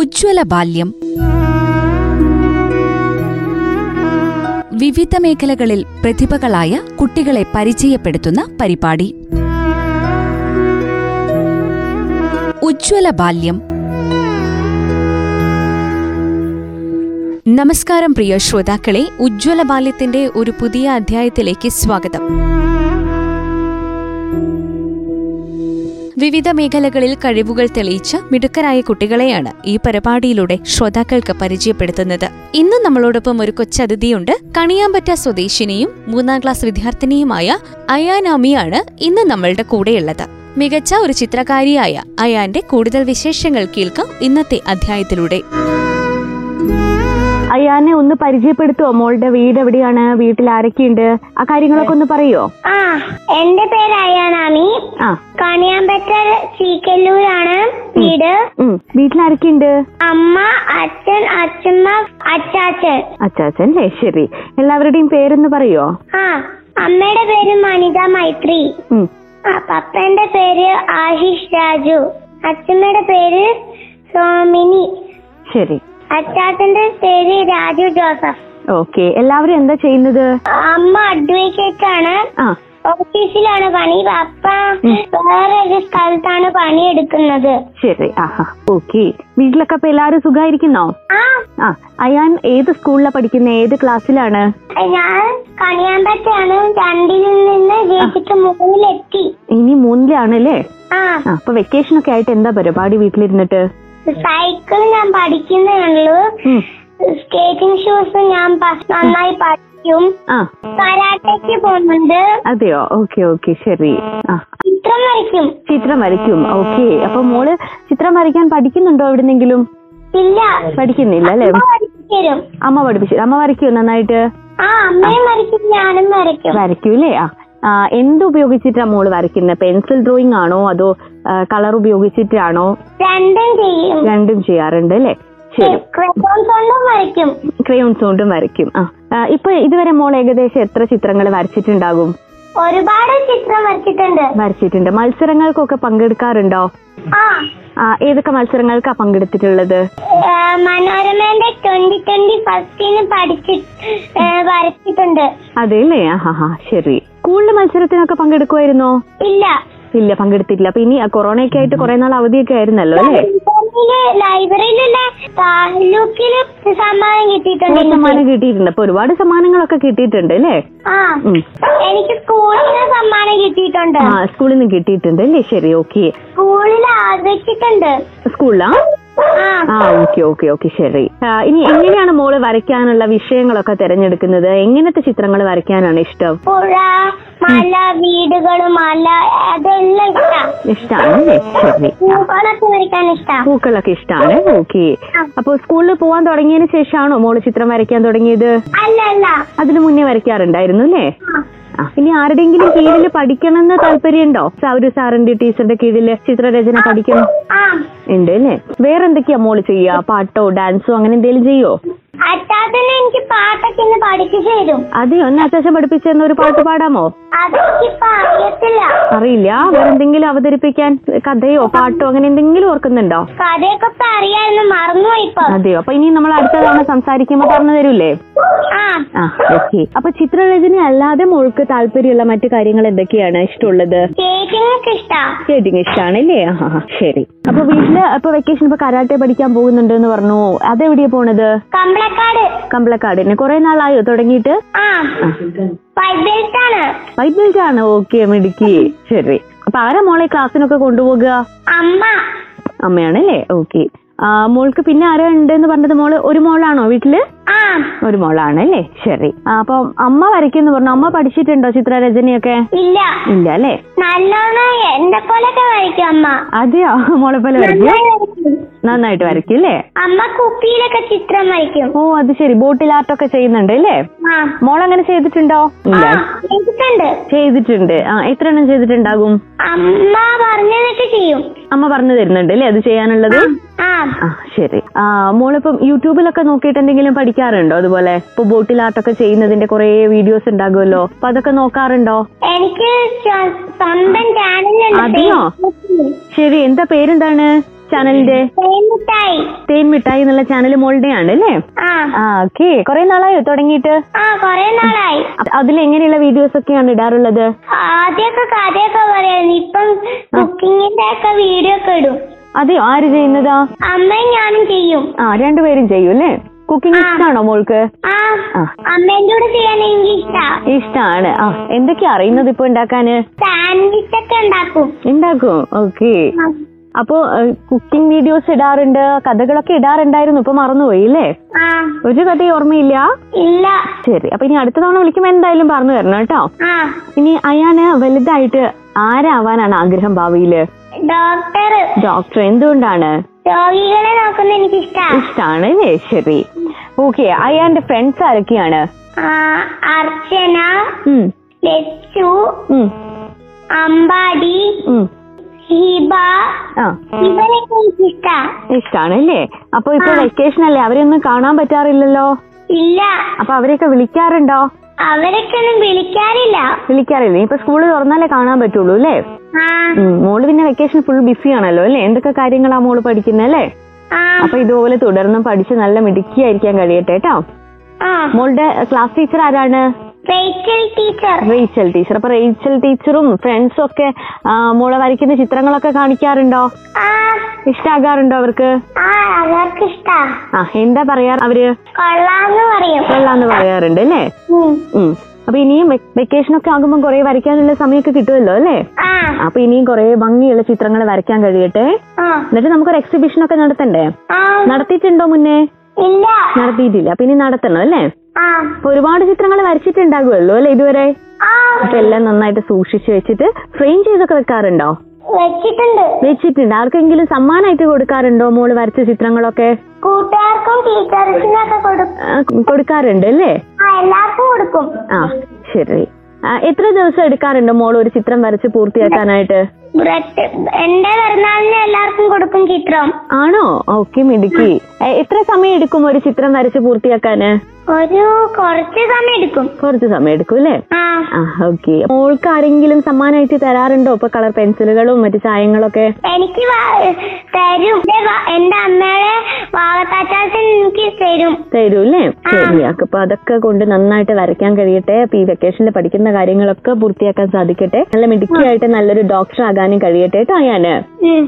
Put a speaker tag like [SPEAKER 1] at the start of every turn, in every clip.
[SPEAKER 1] ഉജ്ജ്വല ബാല്യം വിവിധ മേഖലകളിൽ പ്രതിഭകളായ കുട്ടികളെ പരിചയപ്പെടുത്തുന്ന പരിപാടി ഉജ്ജ്വല ബാല്യം നമസ്കാരം പ്രിയ ശ്രോതാക്കളെ ഉജ്ജ്വല ബാല്യത്തിന്റെ ഒരു പുതിയ അധ്യായത്തിലേക്ക് സ്വാഗതം വിവിധ മേഖലകളിൽ കഴിവുകൾ തെളിയിച്ച മിടുക്കരായ കുട്ടികളെയാണ് ഈ പരിപാടിയിലൂടെ ശ്രോതാക്കൾക്ക് പരിചയപ്പെടുത്തുന്നത് ഇന്ന് നമ്മളോടൊപ്പം ഒരു കൊച്ചതിഥിയുണ്ട് കണിയാമ്പറ്റ സ്വദേശിനിയും മൂന്നാം ക്ലാസ് വിദ്യാർത്ഥിനിയുമായ അയാനാമിയാണ് ഇന്ന് നമ്മളുടെ കൂടെയുള്ളത് മികച്ച ഒരു ചിത്രകാരിയായ അയാന്റെ കൂടുതൽ വിശേഷങ്ങൾ കേൾക്കാം ഇന്നത്തെ അധ്യായത്തിലൂടെ
[SPEAKER 2] അയ്യാനെ ഒന്ന് പരിചയപ്പെടുത്തുവോ മോളുടെ വീട് എവിടെയാണ് വീട്ടിൽ ആരൊക്കെയുണ്ട് ആ കാര്യങ്ങളൊക്കെ ഒന്ന് പറയോ
[SPEAKER 3] ആ എന്റെ പേര് അയാനാമി
[SPEAKER 2] ആ
[SPEAKER 3] കാണിയാമ്പറ്റ ചീക്കല്ലൂരാണ് വീട്
[SPEAKER 2] ഉം. വീട്ടിൽ ആരൊക്കെയുണ്ട്
[SPEAKER 3] അമ്മ അച്ഛൻ അച്ഛമ്മ അച്ചാച്ചൻ
[SPEAKER 2] അച്ചാച്ചൻ അല്ലേ ശരി എല്ലാവരുടെയും പേരൊന്ന് പറയോ
[SPEAKER 3] ആ അമ്മയുടെ പേര് മനിത മൈത്രി
[SPEAKER 2] ഉം.
[SPEAKER 3] ആ പപ്പന്റെ പേര് ആശിഷ് രാജു അച്ഛമ്മയുടെ പേര് സോമിനി
[SPEAKER 2] ശരി
[SPEAKER 3] അച്ചാച്ചന്റെ പേര് രാജു ജോസഫ്
[SPEAKER 2] ഓക്കെ എല്ലാവരും എന്താ ചെയ്യുന്നത്
[SPEAKER 3] അമ്മ അഡ്വക്കേറ്റ് ആണ്
[SPEAKER 2] ആ
[SPEAKER 3] ഓഫീസിലാണ് പണി പപ്പ വേറെ ഒരു സ്ഥലത്താണ് പണി എടുക്കുന്നത്
[SPEAKER 2] ശരി ആഹാ ഓക്കെ വീട്ടിലൊക്കെ ഇപ്പൊ എല്ലാവരും സുഖമായിരിക്കുന്നോ
[SPEAKER 3] ആ
[SPEAKER 2] ആ അയാൻ ഏത് സ്കൂളിലാണ് പഠിക്കുന്നത് ഏത് ക്ലാസ്സിലാണ്
[SPEAKER 3] ഞാൻ കണിയാമ്പറ്റയാണ് രണ്ടിൽ നിന്ന് ജയിച്ചിട്ട് മൂന്നിലെത്തി
[SPEAKER 2] ഇനി മൂന്നിലാണ് അല്ലേ
[SPEAKER 3] ആ
[SPEAKER 2] ആ അപ്പൊ വെക്കേഷൻ ഒക്കെ ആയിട്ട് എന്താ പരിപാടി വീട്ടിലിരുന്നിട്ട്
[SPEAKER 3] സൈക്കിൾ ഞാൻ പഠിക്കുന്നതാണല്ലോ
[SPEAKER 2] ഉം.
[SPEAKER 3] സ്കേറ്റിംഗ് ഷൂസ് ഞാൻ പ- നന്നായി പഠിക്കും
[SPEAKER 2] ആ
[SPEAKER 3] കരാട്ടയ്ക്ക് പോകുന്നുണ്ട്
[SPEAKER 2] അതെയോ ഓക്കെ ഓക്കെ ശരി ആ
[SPEAKER 3] ചിത്രം വരയ്ക്കും
[SPEAKER 2] ചിത്രം വരയ്ക്കും ഓക്കെ അപ്പൊ മോള് ചിത്രം വരയ്ക്കാൻ പഠിക്കുന്നുണ്ടോ എവിടുന്നെങ്കിലും
[SPEAKER 3] ഇല്ല
[SPEAKER 2] പഠിക്കുന്നില്ല അല്ലേ
[SPEAKER 3] അമ്മ വരച്ചു തരും
[SPEAKER 2] അമ്മ പഠിപ്പിച്ചു അമ്മ വരയ്ക്കൂ നന്നായിട്ട്
[SPEAKER 3] ആ അമ്മയും വരയ്ക്കും ഞാനും വരയ്ക്കും
[SPEAKER 2] വരയ്ക്കൂലേ ആ ആ, എന്ത് ഉപയോഗിച്ചിട്ടാ മോള് വരയ്ക്കുന്നത് പെൻസിൽ ഡ്രോയിങ് ആണോ അതോ കളർ ഉപയോഗിച്ചിട്ടാണോ
[SPEAKER 3] രണ്ടും ചെയ്യും
[SPEAKER 2] രണ്ടും ചെയ്യാറുണ്ട് അല്ലേ ശരി
[SPEAKER 3] ക്രോൺസ് കൊണ്ടും വരയ്ക്കും
[SPEAKER 2] ക്രയോൺസ് കൊണ്ടും വരയ്ക്കും ആ ആ, ഇപ്പൊ ഇതുവരെ മോൾ ഏകദേശം എത്ര ചിത്രങ്ങൾ വരച്ചിട്ടുണ്ടാകും
[SPEAKER 3] ഒരുപാട് ചിത്രം വരച്ചിട്ടുണ്ട്
[SPEAKER 2] വരച്ചിട്ടുണ്ട് മത്സരങ്ങൾക്കൊക്കെ പങ്കെടുക്കാറുണ്ടോ
[SPEAKER 3] ആ
[SPEAKER 2] ആ, ഏതൊക്കെ മത്സരങ്ങൾക്കാ പങ്കെടുത്തിട്ടുള്ളത്
[SPEAKER 3] ഏ, മനോരമയുടെ ട്വന്റി ട്വന്റി ഫസ്റ്റിന് പഠിച്ച് ഏ, വരച്ചിട്ടുണ്ട്
[SPEAKER 2] അതെല്ലേ ആഹാ ഹാ ശരി സ്കൂളിലെ മത്സരത്തിനൊക്കെ പങ്കെടുക്കുമായിരുന്നോ
[SPEAKER 3] ഇല്ല
[SPEAKER 2] ഇല്ല പങ്കെടുത്തിട്ടില്ല അപ്പൊ ഇനി കൊറോണയൊക്കെ ആയിട്ട് കുറെ നാൾ അവധിയൊക്കെ ആയിരുന്നല്ലോ അല്ലേ
[SPEAKER 3] ലൈബ്രറിയില് ലൈബ്രറിയിലുള്ള താലൂക്കില് സമ്മാനം കിട്ടിയിട്ടുണ്ട്
[SPEAKER 2] ഒരു
[SPEAKER 3] എനിക്ക്.
[SPEAKER 2] സമ്മാനം കിട്ടിയിട്ടുണ്ട് അപ്പൊ ഒരുപാട് സമ്മാനങ്ങളൊക്കെ കിട്ടിയിട്ടുണ്ട് അല്ലേ
[SPEAKER 3] ആ
[SPEAKER 2] ഉം.
[SPEAKER 3] എനിക്ക് സ്കൂളിൽ നിന്ന് സമ്മാനം കിട്ടിയിട്ടുണ്ട്
[SPEAKER 2] ആ സ്കൂളിൽ നിന്ന് കിട്ടിയിട്ടുണ്ട് അല്ലേ ശരി ഓക്കെ
[SPEAKER 3] സ്കൂളിൽ ആദരിച്ചിട്ടുണ്ട്
[SPEAKER 2] സ്കൂളിലാ
[SPEAKER 3] ആ
[SPEAKER 2] ആ ഓക്കെ ഓക്കെ ഓക്കെ ശരി ആ, ഇനി എങ്ങനെയാണ് മോള് വരയ്ക്കാനുള്ള വിഷയങ്ങളൊക്കെ തിരഞ്ഞെടുക്കുന്നത് എങ്ങനത്തെ ചിത്രങ്ങൾ വരയ്ക്കാനാണ് ഇഷ്ടം
[SPEAKER 3] പുഴ മല വീടുകള് മല അതെല്ലാം ഇഷ്ടാ
[SPEAKER 2] ഇഷ്ടമാണ് അല്ലേ ശരി ആ,
[SPEAKER 3] പൂക്കളൊക്കെ വരയ്ക്കാൻ ഇഷ്ടാ
[SPEAKER 2] പൂക്കളൊക്കെ ഇഷ്ടമാണ് ഓക്കെ അപ്പൊ സ്കൂളിൽ പോവാൻ തുടങ്ങിയതിന് ശേഷമാണോ മോള് ചിത്രം വരയ്ക്കാൻ തുടങ്ങിയത്
[SPEAKER 3] അല്ല അല്ല
[SPEAKER 2] അതിനു മുന്നേ വരയ്ക്കാറുണ്ടായിരുന്നു അല്ലേ
[SPEAKER 3] ആ.
[SPEAKER 2] ആ, ഇനി ആരുടെങ്കിലും കീഴിൽ പഠിക്കണമെന്ന് താല്പര്യമുണ്ടോ ആ ഒരു സാറിന്റെ ടീച്ചറുടെ കീഴിൽ ചിത്രരചന പഠിക്കണം
[SPEAKER 3] ആ
[SPEAKER 2] ഉണ്ട് അല്ലേ വേറെന്തൊക്കെയാ മോള് ചെയ്യുക പാട്ടോ ഡാൻസോ അങ്ങനെ എന്തെങ്കിലും ചെയ്യോ
[SPEAKER 3] അച്ചാത്തന്നെ എനിക്ക് പാട്ടൊക്കെ ഇന്ന് പഠിപ്പിച്ചു തരും
[SPEAKER 2] അതെയോ ഒന്ന് അത്യാവശ്യം പഠിപ്പിച്ചെന്ന് ഒരു പാട്ട് പാടാമോ
[SPEAKER 3] അതെനിക്കിപ്പോ അറിയത്തില്ല
[SPEAKER 2] അറിയില്ല വേറെന്തെങ്കിലും അവതരിപ്പിക്കാൻ കഥയോ പാട്ടോ അങ്ങനെ എന്തെങ്കിലും ഓർക്കുന്നുണ്ടോ
[SPEAKER 3] കഥയൊക്കെ അറിയായിരുന്നു മറന്നുപോയി ഇപ്പൊ
[SPEAKER 2] അതെയോ അപ്പൊ ഇനി നമ്മൾ അടുത്ത തവണ സംസാരിക്കുമ്പോ പറഞ്ഞു തരൂലേ
[SPEAKER 3] ആ
[SPEAKER 2] ആ ഓക്കെ അപ്പൊ ചിത്രരചന അല്ലാതെ മോൾക്ക് താല്പര്യമുള്ള മറ്റു കാര്യങ്ങൾ എന്തൊക്കെയാണ് ഇഷ്ടമുള്ളത്
[SPEAKER 3] കേക്കിങ്ങൊക്കെ ഇഷ്ടാ
[SPEAKER 2] സ്കേറ്റിംഗ് ഇഷ്ടമാണ് അല്ലേ ആ ആ, ശരി അപ്പൊ വീട്ടില് ഇപ്പൊ വെക്കേഷൻ ഇപ്പൊ കരാട്ടെ പഠിക്കാൻ പോകുന്നുണ്ട് എന്ന് പറഞ്ഞു അതെവിടെയാ പോണത്
[SPEAKER 3] കമ്പളക്കാട്
[SPEAKER 2] കമ്പളക്കാടിന് കുറെ നാളായോ തുടങ്ങിയിട്ട്
[SPEAKER 3] ആ വൈബിൾട്ടാണ്
[SPEAKER 2] വൈറ്റ് ബെൽറ്റ് ആണ് ഓക്കെ മിടുക്കി ശരി അപ്പൊ ആരാ മോളെ ക്ലാസ്സിനൊക്കെ കൊണ്ടുപോകുക
[SPEAKER 3] അമ്മ
[SPEAKER 2] അമ്മയാണ് അല്ലേ ഓക്കെ മോൾക്ക് പിന്നെ ആരാ ഉണ്ട് എന്ന് പറഞ്ഞത് മോള് ഒരു മോളാണോ വീട്ടില്
[SPEAKER 3] ആ
[SPEAKER 2] ഒരു മോളാണ് അല്ലേ ശരി ആ, അപ്പം അമ്മ വരയ്ക്കുന്നു പറഞ്ഞു അമ്മ പഠിച്ചിട്ടുണ്ടോ ചിത്രരചനയൊക്കെ
[SPEAKER 3] ഇല്ല
[SPEAKER 2] ഇല്ല അല്ലേ
[SPEAKER 3] നല്ലോണം എന്നെ പോലൊക്കെ വരയ്ക്കും അമ്മ
[SPEAKER 2] അതെയോ മോളെ പോലെ വരയ്ക്കും
[SPEAKER 3] നന്നായി വരയ്ക്കും.
[SPEAKER 2] നന്നായിട്ട് വരയ്ക്കും അല്ലേ
[SPEAKER 3] അമ്മ കുപ്പിയിലൊക്കെ ചിത്രം വരയ്ക്കും
[SPEAKER 2] ഓ അത് ശരി ബോട്ടിൽ ആർട്ടൊക്കെ ചെയ്യുന്നുണ്ട് അല്ലേ
[SPEAKER 3] ആ
[SPEAKER 2] മോൾ അങ്ങനെ ചെയ്തിട്ടുണ്ടോ ഇല്ല
[SPEAKER 3] ആ, ചെയ്തിട്ടുണ്ട്
[SPEAKER 2] ചെയ്തിട്ടുണ്ട് ആ എത്ര എണ്ണം ചെയ്തിട്ടുണ്ടാകും
[SPEAKER 3] അമ്മ പറഞ്ഞതൊക്കെ ചെയ്യും
[SPEAKER 2] അമ്മ പറഞ്ഞു തരുന്നുണ്ട് അല്ലേ അത് ചെയ്യാനുള്ളത്
[SPEAKER 3] ആ
[SPEAKER 2] ആ ശരി ആ മോളിപ്പം യൂട്യൂബിലൊക്കെ നോക്കിയിട്ട് എന്തെങ്കിലും പഠിക്കാറുണ്ടോ അതുപോലെ ഇപ്പൊ ബോട്ടിൽ ആർട്ടൊക്കെ ചെയ്യുന്നതിന്റെ കുറെ വീഡിയോസ് ഉണ്ടാകുമല്ലോ അപ്പൊ അതൊക്കെ നോക്കാറുണ്ടോ
[SPEAKER 3] എനിക്ക് സ്വ- സ്വന്തം ചാനലുണ്ട്
[SPEAKER 2] അതെയോ? ശരി എന്താ പേരെന്താണ് ചാനലിന്റെ
[SPEAKER 3] ഫേമസായി
[SPEAKER 2] തേൻ മിഠായി എന്നുള്ള ചാനൽ മോളുടെ ആണ് അല്ലേ
[SPEAKER 3] ആ
[SPEAKER 2] ആ ഓക്കെ കുറെ നാളായോ തുടങ്ങിയിട്ട്
[SPEAKER 3] ആ കൊറേ നാളായി
[SPEAKER 2] അതിൽ എങ്ങനെയുള്ള വീഡിയോസ് ഒക്കെയാണ് ഇടാറുള്ളത്
[SPEAKER 3] ആദ്യമൊക്കെ കഥയൊക്കെ പറയായിരുന്നു ഇപ്പം കുക്കിങ്ങിന്റെ ഒക്കെ വീഡിയോ ഒക്കെ ഇടും
[SPEAKER 2] അതെയോ ആര് ചെയ്യുന്നതാ
[SPEAKER 3] അമ്മയും ഞാനും ചെയ്യും
[SPEAKER 2] ആ രണ്ടുപേരും ചെയ്യും അല്ലേ കുക്കിംഗ് ഇഷ്ടമാണോ മോൾക്ക്
[SPEAKER 3] ആ
[SPEAKER 2] ആ.
[SPEAKER 3] അമ്മേന്റെ കൂടെ ചെയ്യാൻ എനിക്ക് ഇഷ്ടാ
[SPEAKER 2] ഇഷ്ടാണ് ആ എന്തൊക്കെയാ അറിയുന്നത് ഇപ്പൊ ഉണ്ടാക്കാന്
[SPEAKER 3] സാൻഡ്വിച്ച് ഒക്കെ ഉണ്ടാക്കും
[SPEAKER 2] ഉണ്ടാക്കും ഓക്കെ
[SPEAKER 3] ആ.
[SPEAKER 2] അപ്പോ കുക്കിംഗ് വീഡിയോസ് ഇടാറുണ്ട് കഥകളൊക്കെ ഇടാറുണ്ടായിരുന്നു ഇപ്പൊ മറന്നുപോയി അല്ലേ
[SPEAKER 3] ആ
[SPEAKER 2] ഒരു കഥ ഓർമ്മയില്ല
[SPEAKER 3] ഇല്ല
[SPEAKER 2] ശരി അപ്പൊ ഇനി അടുത്ത തവണ വിളിക്കുമ്പോ എന്തായാലും പറഞ്ഞു തരണം കേട്ടോ
[SPEAKER 3] ആ
[SPEAKER 2] ഇനി അയാന് വലുതായിട്ട് ആരാവാനാണ് ആഗ്രഹം ഭാവിയില്
[SPEAKER 3] ഡോക്ടർ
[SPEAKER 2] ഡോക്ടർ എന്തുകൊണ്ടാണ്
[SPEAKER 3] രോഗികളെ നോക്കുന്ന എനിക്ക് ഇഷ്ടാ
[SPEAKER 2] ഇഷ്ടാണ് അല്ലേ ശരി ഓക്കെ അയാന്റെ ഫ്രണ്ട്സ് ആരൊക്കെയാണ്
[SPEAKER 3] ആ, അർച്ചന
[SPEAKER 2] ഉം,
[SPEAKER 3] ലച്ചു
[SPEAKER 2] ഉം,
[SPEAKER 3] അമ്പാടി
[SPEAKER 2] ഉം.
[SPEAKER 3] ഹിബ
[SPEAKER 2] ആ
[SPEAKER 3] ഇവരൊക്കെ എനിക്ക് ഇഷ്ടാ
[SPEAKER 2] ഇഷ്ടാണ് അല്ലേ അപ്പൊ ഇപ്പൊ
[SPEAKER 3] ആ.
[SPEAKER 2] വെക്കേഷൻ അല്ലേ അവരെയൊന്നും കാണാൻ പറ്റാറില്ലല്ലോ
[SPEAKER 3] ഇല്ല
[SPEAKER 2] അപ്പൊ അവരെയൊക്കെ വിളിക്കാറുണ്ടോ
[SPEAKER 3] അവരൊക്കെ ഒന്നും വിളിക്കാറില്ല
[SPEAKER 2] വിളിക്കാറില്ലേ ഇപ്പൊ സ്കൂള് തുറന്നാലേ കാണാൻ പറ്റുള്ളൂ അല്ലേ
[SPEAKER 3] ആ
[SPEAKER 2] ഉം, മോള് പിന്നെ വെക്കേഷൻ ഫുൾ ബിസി ആണല്ലോ അല്ലേ എന്തൊക്കെ കാര്യങ്ങളാ മോള് പഠിക്കുന്നത് അല്ലേ
[SPEAKER 3] ആ
[SPEAKER 2] അപ്പൊ ഇതുപോലെ തുടർന്ന് പഠിച്ച് നല്ല മിടുക്കിയായിരിക്കാൻ കഴിയട്ടെ കേട്ടോ
[SPEAKER 3] ആ
[SPEAKER 2] മോളുടെ ക്ലാസ് ടീച്ചർ ആരാണ്
[SPEAKER 3] റേച്ചൽ ടീച്ചർ
[SPEAKER 2] റേച്ചൽ ടീച്ചർ അപ്പൊ റേച്ചൽ ടീച്ചറും ഫ്രണ്ട്സും ഒക്കെ ആ, മോളെ വരയ്ക്കുന്ന ചിത്രങ്ങളൊക്കെ കാണിക്കാറുണ്ടോ
[SPEAKER 3] ആ
[SPEAKER 2] ഇഷ്ടാകാറുണ്ടോ അവർക്ക്
[SPEAKER 3] ആ അവർക്ക് ഇഷ്ട
[SPEAKER 2] ആ എന്താ പറയാ അവര്
[SPEAKER 3] കൊള്ളാന്ന് പറയും
[SPEAKER 2] കൊള്ളാന്ന് പറയാറുണ്ട് അല്ലേ
[SPEAKER 3] ഉം.
[SPEAKER 2] ഉം. അപ്പൊ ഇനിയും വെക്കേഷൻ ഒക്കെ ആകുമ്പോൾ കുറെ വരയ്ക്കാനുള്ള സമയമൊക്കെ കിട്ടുമല്ലോ അല്ലേ
[SPEAKER 3] ആ
[SPEAKER 2] അപ്പൊ ഇനിയും കുറെ ഭംഗിയുള്ള ചിത്രങ്ങൾ വരയ്ക്കാൻ കഴിയട്ടെ
[SPEAKER 3] ആ
[SPEAKER 2] എന്നിട്ട് നമുക്കൊരു എക്സിബിഷൻ ഒക്കെ നടത്തണ്ടേ
[SPEAKER 3] ആ
[SPEAKER 2] നടത്തിയിട്ടുണ്ടോ മുന്നേ
[SPEAKER 3] ഇല്ല
[SPEAKER 2] നടത്തിയിട്ടില്ല അപ്പൊ ഇനി നടത്തണം അല്ലേ
[SPEAKER 3] ആ
[SPEAKER 2] അപ്പൊ ഒരുപാട് ചിത്രങ്ങൾ വരച്ചിട്ടുണ്ടാകുമല്ലോ അല്ലേ ഇതുവരെ
[SPEAKER 3] ആ
[SPEAKER 2] അപ്പൊ എല്ലാം നന്നായിട്ട് സൂക്ഷിച്ചു വെച്ചിട്ട് ഫ്രെയിം ചെയ്തൊക്കെ വെക്കാറുണ്ടോ
[SPEAKER 3] വെച്ചിട്ടുണ്ട്
[SPEAKER 2] വെച്ചിട്ടുണ്ട് ആർക്കെങ്കിലും സമ്മാനമായിട്ട് കൊടുക്കാറുണ്ടോ മോള് വരച്ച ചിത്രങ്ങളൊക്കെ
[SPEAKER 3] കൂട്ടുകാർക്കും ടീച്ചേഴ്സിനൊക്കെ കൊടുക്കും
[SPEAKER 2] ആ, കൊടുക്കാറുണ്ട് അല്ലേ
[SPEAKER 3] ആ എല്ലാവർക്കും കൊടുക്കും
[SPEAKER 2] ആ ശരി ആ, എത്ര ദിവസം എടുക്കാറുണ്ട് മോള് ഒരു ചിത്രം വരച്ച് പൂർത്തിയാക്കാനായിട്ട്
[SPEAKER 3] ബ്രെഡ് എന്റെ പിറന്നാളിന് എല്ലാവർക്കും കൊടുക്കും ചിത്രം
[SPEAKER 2] ആണോ ഓക്കെ മിടുക്കി എ, എത്ര സമയം എടുക്കും ഒരു ചിത്രം വരച്ച് പൂർത്തിയാക്കാന്
[SPEAKER 3] ഒരു കുറച്ച് സമയം എടുക്കും
[SPEAKER 2] കുറച്ച് സമയം എടുക്കും അല്ലേ
[SPEAKER 3] ആ
[SPEAKER 2] ആ ഓക്കെ മോൾക്ക് ആരെങ്കിലും സമ്മാനമായിട്ട് തരാറുണ്ടോ ഇപ്പൊ കളർ പെൻസിലുകളും മറ്റു ചായങ്ങളൊക്കെ
[SPEAKER 3] എനിക്ക് വാ- തരും ദേ വാ- എന്റെ അമ്മയുടെ വാഗത്താച്ചാച്ചൻ എനിക്ക് തരും
[SPEAKER 2] തരൂ അല്ലേ ശരി അപ്പൊ അതൊക്കെ കൊണ്ട് നന്നായിട്ട് വരയ്ക്കാൻ കഴിയട്ടെ അപ്പൊ ഈ വെക്കേഷനിൽ പഠിക്കുന്ന കാര്യങ്ങളൊക്കെ പൂർത്തിയാക്കാൻ സാധിക്കട്ടെ നല്ല മിടുക്കിയായിട്ട് നല്ലൊരു ഡോക്ടർ ആകാനും കഴിയട്ടെ കേട്ടോ ഞാന്
[SPEAKER 3] ഉം.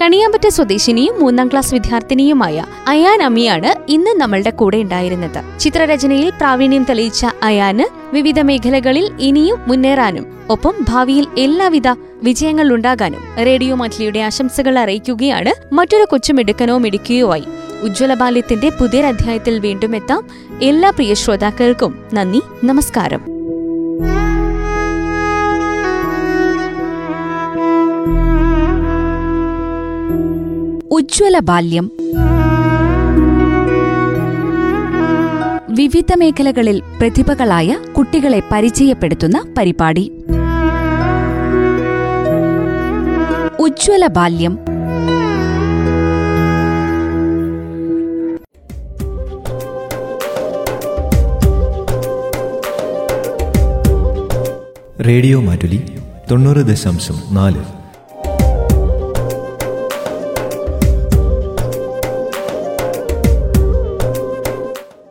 [SPEAKER 1] കണിയാമ്പറ്റ സ്വദേശിനിയും മൂന്നാം ക്ലാസ് വിദ്യാർത്ഥിനിയുമായ അയാൻ അമിയാണ് ഇന്ന് നമ്മളുടെ കൂടെ ഉണ്ടായിരുന്നത് ചിത്രരചനയിൽ പ്രാവീണ്യം തെളിയിച്ച അയാന് വിവിധ മേഖലകളിൽ ഇനിയും മുന്നേറാനും ഒപ്പം ഭാവിയിൽ എല്ലാവിധ വിജയങ്ങൾ ഉണ്ടാകാനും റേഡിയോ മറ്റ്ലിയുടെ ആശംസകൾ അറിയിക്കുകയാണ് മറ്റൊരു കൊച്ചു മിടുക്കനോ മിടുക്കിയോ ആയി ഉജ്ജ്വല ബാല്യത്തിന്റെ പുതിയൊരധ്യായത്തിൽ വീണ്ടും എത്താം എല്ലാ പ്രിയ ശ്രോതാക്കൾക്കും നന്ദി നമസ്കാരം
[SPEAKER 4] ഉജ്ജ്വല ബാല്യം വിവിധ മേഖലകളിൽ പ്രതിഭകളായ കുട്ടികളെ പരിചയപ്പെടുത്തുന്ന പരിപാടി ഉജ്ജ്വല ബാല്യം
[SPEAKER 5] റേഡിയോ മാറ്റുലി തൊണ്ണൂറ് ദശാംശം നാല്